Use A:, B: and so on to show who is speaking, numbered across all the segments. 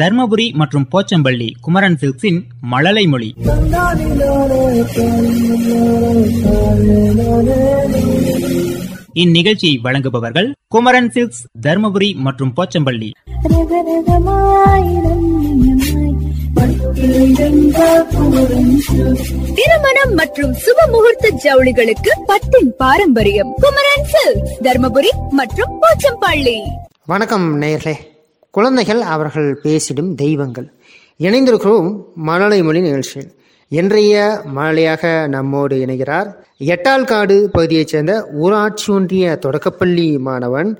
A: தர்மபுரி மற்றும் போச்சம்பள்ளி குமரன் சில்க்ஸின் மழலை மொழி இந்நிகழ்ச்சியை வழங்குபவர்கள் குமரன் சில்க்ஸ் தர்மபுரி மற்றும் போச்சம்பள்ளி
B: திருமணம் மற்றும் சுப முகூர்த்த ஜவுளிகளுக்கு பட்டின் பாரம்பரியம் குமரன் சில்க்ஸ் தர்மபுரி மற்றும் போச்சம்பள்ளி
C: வணக்கம் நேயர்களே குழந்தைகள் அவர்கள் பேசிடும் தெய்வங்கள் இணைந்திருக்கிறோம் மழலை மொழி நிகழ்ச்சியில் இன்றைய மழலையாக நம்மோடு இணைகிறார் எட்டால்காடு பகுதியைச் சேர்ந்த ஊராட்சி ஒன்றிய தொடக்கப்பள்ளி மாணவன்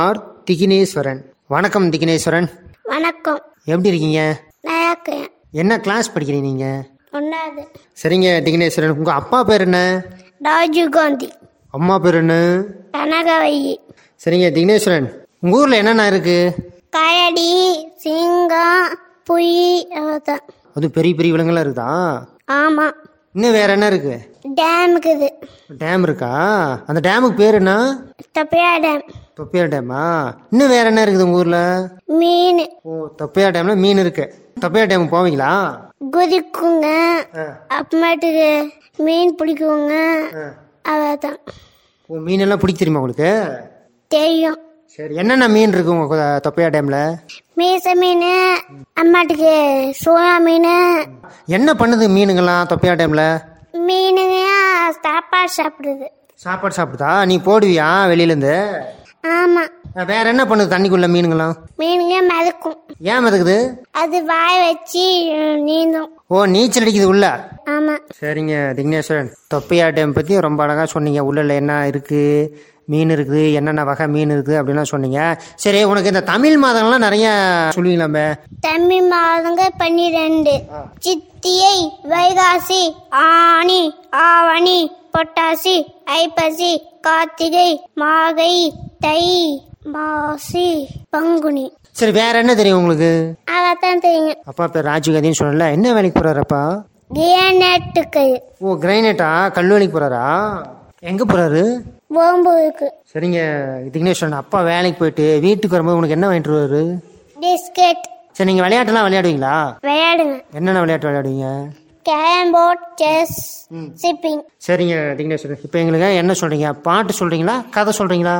C: ஆர் திகினேஸ்வரன் வணக்கம் திகினேஸ்வரன்
D: வணக்கம்
C: எப்படி இருக்கீங்க
D: நல்லா இருக்கேன்
C: என்ன கிளாஸ் படிக்கிறீங்க நீங்க
D: ஒன்றாவது
C: சரிங்க திகினேஸ்வரன் உங்க அப்பா பேர் என்ன
D: ராஜீவ் காந்தி
C: அம்மா பேர் என்ன
D: கனகவை
C: சரிங்க திகினேஸ்வரன் உங்க ஊர்ல என்னென்ன இருக்கு
D: கரடி சிங்கம் புய் அவ்வளோதான்
C: அது பெரிய பெரிய விலங்குலாம் இருக்குதா
D: ஆமாம்
C: இன்னும் வேற என்ன இருக்கு
D: டேம் இருக்குது
C: டேம் இருக்கா அந்த டேமுக்கு பேர் என்ன
D: தப்பையா டேம்
C: தொப்பையா டேமா இன்னும் வேற என்ன இருக்குது உங்க ஊர்ல
D: மீன்
C: ஓ தொப்பையா டேம்ல மீன் இருக்கு தொப்பையா டேம் போவீங்களா
D: குதிக்குங்க அப்புறமேட்டுக்கு மீன் பிடிக்குங்க அவ்வளோதான்
C: ஓ மீன் எல்லாம் பிடிக்க தெரியுமா உங்களுக்கு
D: தெரியும்
C: சரி என்னென்ன மீன் இருக்கு உங்க கு- தொப்பையா டேம்ல
D: மீச மீன் அம்மாட்டுக்கு சோயா மீன்
C: என்ன பண்ணுது மீனுங்கெல்லாம் தொப்பையா டேம்ல
D: மீனுங்க சாப்பாடு சாப்பிடுது
C: சாப்பாடு சாப்பிடுதா நீ போடுவியா வெளியில இருந்து
D: ஆமாம்
C: அஹ் வேற என்ன பண்ணுது தண்ணிக்குள்ள மீனுங்கெல்லாம்
D: மீனுங்க மிதக்கும்
C: ஏன் மிதக்குது
D: அது வாய் வச்சு அஹ், நீந்தும்
C: ஓ நீச்சல் அடிக்குது உள்ள
D: ஆமா
C: சரிங்க திக்னேஸ்வரன் தொப்பையா டேம் பற்றி ரொம்ப அழகாக சொன்னீங்க உள்ளல என்ன இருக்குது மீன் இருக்குது என்னென்ன வகை மீன் இருக்குது அப்படின்லாம் சொன்னீங்க சரி உனக்கு இந்த தமிழ் மாதங்கள்லாம் நிறைய சொல்லுவீங்களாமே
D: தமிழ் மாதங்க பன்னிரெண்டு சித்தியை வைகாசி ஆனி ஆவணி பொட்டாசி ஐப்பசி கார்த்திகை மாகை தை மாசி பங்குனி
C: சரி வேற என்ன தெரியும் உங்களுக்கு
D: அதான் தெரியுங்க
C: அப்பா பேர் ராஜீவ்காந்தின்னு சொன்னல என்ன வேலைக்கு போறாருப்பா
D: கிரேனட்டுக்கு
C: ஓ கிரைனேட்டா கல் வேலைக்கு போறாரா எங்கே போறாரு
D: ஓம்பு இருக்கு
C: சரிங்க திக்னேஸ்வரன் அப்பா வேலைக்கு போயிட்டு வீட்டுக்கு வரும்போது உனக்கு என்ன வாங்கிட்டு வருவாரு
D: பிஸ்கெட்
C: சரி நீங்கள் விளையாட்டுலாம் விளையாடுவீங்களா
D: விளையாடுங்க
C: என்னென்ன விளையாட்டு விளையாடுவீங்க
D: கேரம் போர்ட் செஸ் சிப்பிங்
C: சரிங்க திக்னேஸ்வரன் இப்போ எங்களுக்கு என்ன சொல்றீங்க பாட்டு சொல்றீங்களா கதை சொல்றீங்களா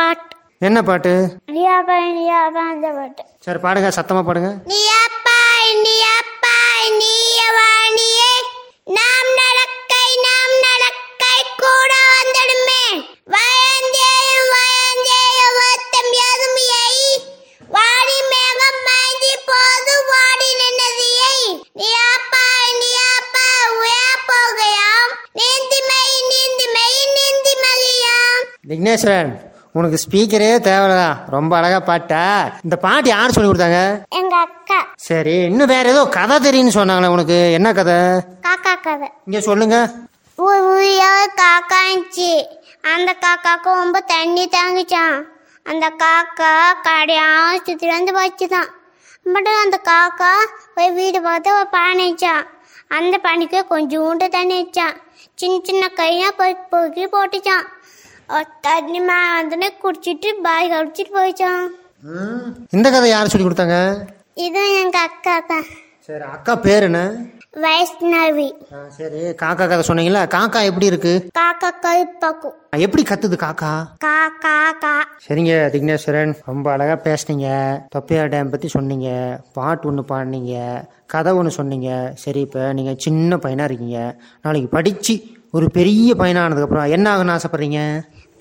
D: பாட்
C: என்ன பாட்டு
D: வியாபாரம் வியாபாரம் இந்த பாட்டு
C: சரி பாடுங்க சத்தமா பாடுங்க
D: நீ அப்பாய் நீ அப்பாய் நீயவாணியே நாம் நடக்கை நாம் நடக்கை கூட வந்திடுமே வயந்தேயும் வயந்தேயும் வருத்தம் ஏதும் ஏய் வாடி மேகம் மாய்ந்தி போது வாடி நின்னது ஏய் நீ அப்பாய் நீ அப்பாய் உயா போகையாம் நீந்தி மெய் நீந்தி மெய் நீந்தி மகியாம்
C: விக்னேஸ்வரன் உனக்கு ஸ்பீக்கரே தேவையா ரொம்ப அழகா பாட்டா இந்த பாட்டு யார் சொல்லி கொடுத்தாங்க
D: எங்க அக்கா
C: சரி இன்னும் வேற ஏதோ கதை தெரியும்னு சொன்னாங்களே உனக்கு என்ன கதை
D: காக்கா கதை
C: இங்க சொல்லுங்க
D: ஒரு ஊரில் காக்கா இருந்துச்சு அந்த காக்காவுக்கு ரொம்ப தண்ணி தாங்கிச்சான் அந்த காக்கா கடையாக சுற்றிலேருந்து போச்சுதான் பட் அந்த காக்கா போய் வீடு பார்த்து ஒரு பானை வச்சான் அந்த பானைக்கு கொஞ்சோண்டு தண்ணி வச்சான் சின்ன சின்ன கையாக போய் போக்கி போட்டுச்சான் ஒரு தண்ணி மாதிரி குடிச்சிட்டு பாய் கடிச்சிட்டு போயிச்சான்
C: இந்த கதை யார் சொல்லி கொடுத்தாங்க
D: இதுவும் எங்கள் அக்கா தான்
C: சரி அக்கா பேர் என்ன
D: வைஷ்ணவி
C: ஆ, சரி காக்கா கதை சொன்னீங்களா காக்கா எப்படி இருக்கு
D: காக்கா கருப்பாக்கும்
C: எப்படி கத்துது காக்கா
D: காக்கா கா
C: சரிங்க திக்னேஸ்வரன் ரொம்ப அழகாக பேசுனீங்க தொப்பையார் டேம் பற்றி சொன்னீங்க பாட்டு ஒன்று பாடினீங்க கதை ஒன்று சொன்னீங்க சரி இப்போ நீங்கள் சின்ன பையனாக இருக்கீங்க நாளைக்கு படித்து ஒரு பெரிய பையனானதுக்கப்புறம் என்ன ஆகணும்னு ஆசைப்பட்றீங்க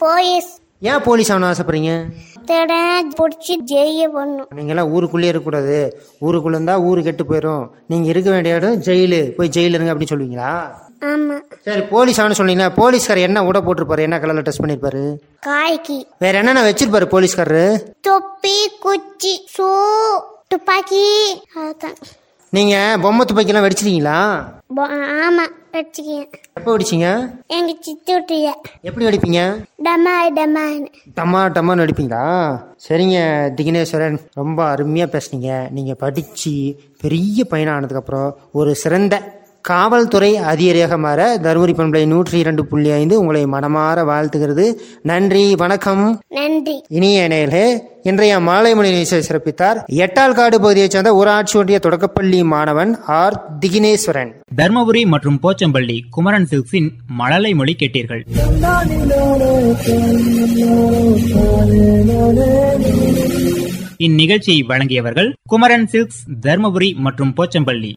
D: போயிஸ்
C: ஏன் போலீஸ் ஆகணும் ஆசைப்பட்றீங்க
D: தேட பிடிச்சி ஜெய பண்ணும்
C: நீங்களாம் ஊருக்குள்ளே இருக்கக்கூடாது ஊருக்குள்ளே இருந்தால் ஊரு கெட்டு போயிடும் நீங்கள் இருக்க வேண்டிய இடம் ஜெயிலு போய் ஜெயிலு இருங்க அப்படின்னு சொல்லுவீங்களா
D: ஆமா
C: சரி போலீஸ் ஆகணும்னு சொன்னீங்கன்னா போலீஸ்கார் என்ன உடை போட்டிருப்பாரு என்ன கலரில் ட்ரெஸ் பண்ணியிருப்பாரு
D: காய்க்கு
C: வேறு என்னென்ன வச்சிருப்பாரு போலீஸ்காரரு
D: தொப்பி குச்சி சூ துப்பாக்கி அதான்
C: நீங்கள் பொம்மை துப்பாக்கிலாம் வெடிச்சிருக்கீங்களா
D: போ- ஆமா வச்சுக்கேன்
C: எப்போ வெடிச்சீங்க
D: எங்க சித்தூட்டிய
C: எப்படி வெடிப்பீங்க
D: டமாய் டமான்னு
C: டமா டமான்னு வெடிப்பீங்களா சரிங்க திகினேஸ்வரன் ரொம்ப அருமையாக பேசுனீங்க நீங்கள் படித்து பெரிய பையனானதுக்கப்புறம் ஒரு சிறந்த காவல்துறை அதிகாரியாக மாற தருமபுரி பண்பலை நூற்றி இரண்டு புள்ளி ஐந்து உங்களை மனமாற வாழ்த்துகிறது நன்றி வணக்கம்
D: நன்றி
C: இனிய நேர்களே இன்றைய மாலை மொழி நிகழ்ச்சியை சிறப்பித்தார் எட்டால் காடு பகுதியைச் சேர்ந்த ஊராட்சி ஒன்றிய தொடக்கப்பள்ளி மாணவன் ஆர் திகினேஸ்வரன்
A: தர்மபுரி மற்றும் போச்சம்பள்ளி குமரன் சில்க்ஸின் மழலை மொழி கேட்டீர்கள் இந்நிகழ்ச்சியை வழங்கியவர்கள் குமரன் சில்க்ஸ் தர்மபுரி மற்றும் போச்சம்பள்ளி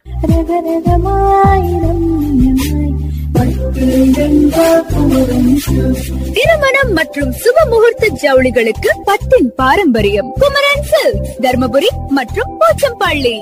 B: திருமணம் மற்றும் சுப முகூர்த்த ஜவுளிகளுக்கு பத்தின் பாரம்பரியம் குமரன் சில்க்ஸ் தர்மபுரி மற்றும் போச்சம்பள்ளி